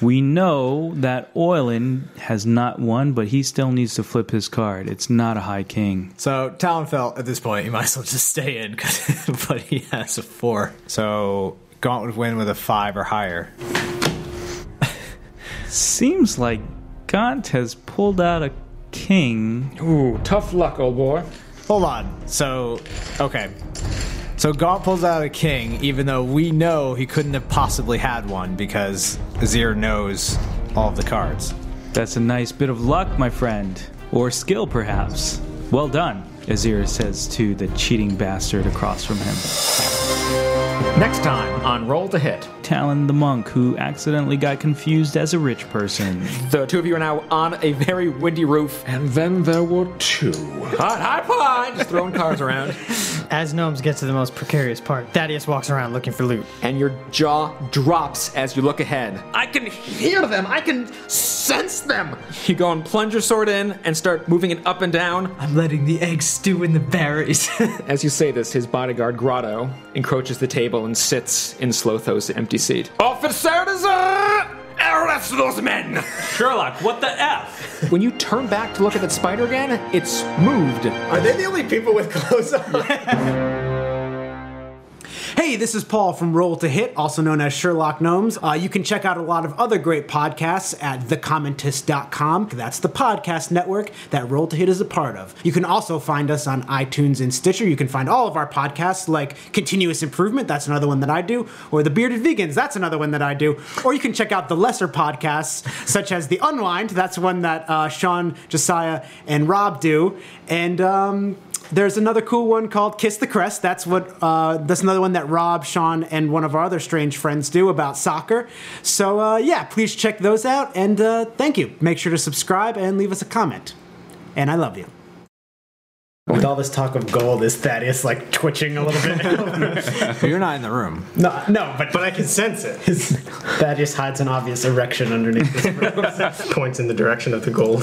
Speaker 7: We know that Oilin has not won, but he still needs to flip his card. It's not a high king.
Speaker 9: So Talon felt at this point he might as well just stay in, 'cause- but he has a four. So Gaunt would win with a five or higher.
Speaker 7: Seems like Gaunt has pulled out a king
Speaker 8: Ooh, tough luck, old boy.
Speaker 9: Hold on. So okay. So Gaunt pulls out a king, even though we know he couldn't have possibly had one because Azir knows all of the cards.
Speaker 7: That's a nice bit of luck, my friend. Or skill, perhaps. Well done, Azir says to the cheating bastard across from him.
Speaker 8: Next time on Roll to Hit.
Speaker 7: Talon the monk, who accidentally got confused as a rich person.
Speaker 8: The two of you are now on a very windy roof.
Speaker 11: And then there were two.
Speaker 8: Hot, hot pie! Just throwing cars around.
Speaker 4: As gnomes get to the most precarious part, Thaddeus walks around looking for loot.
Speaker 8: And your jaw drops as you look ahead. I can hear them! I can sense them! You go and plunge your sword in and start moving it up and down.
Speaker 4: I'm letting the eggs stew in the berries.
Speaker 8: As you say this, his bodyguard, Grotto, encroaches the table and sits in Slotho's empty seat. Officer Desert! Arrest those men!
Speaker 7: Sherlock, what the F?
Speaker 8: when you turn back to look at that spider again, it's moved.
Speaker 4: Are they the only people with clothes on?
Speaker 8: Hey,
Speaker 12: Hey, this is Paul from Roll to Hit, also known as Sherlock Gnomes. Uh, you can check out a lot of other great podcasts at thecommentist.com. That's the podcast network that Roll to Hit is a part of. You can also find us on iTunes and Stitcher. You can find all of our podcasts like Continuous Improvement, that's another one that I do, or The Bearded Vegans, that's another one that I do. Or you can check out the lesser podcasts such as The Unwind, that's one that uh, Sean, Josiah, and Rob do. And, um, there's another cool one called Kiss the Crest. That's what uh, that's another one that Rob, Sean, and one of our other strange friends do about soccer. So uh, yeah, please check those out and uh, thank you. Make sure to subscribe and leave us a comment. And I love you.
Speaker 13: With all this talk of gold, is Thaddeus like twitching a little bit?
Speaker 9: You're not in the room.
Speaker 13: no, no, but but I can sense it. Thaddeus hides an obvious erection underneath his brows. Points in the direction of the gold.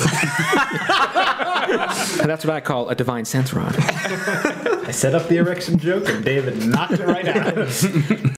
Speaker 8: And that's what I call a divine sense rod.
Speaker 13: I set up the erection joke, and David knocked it right out.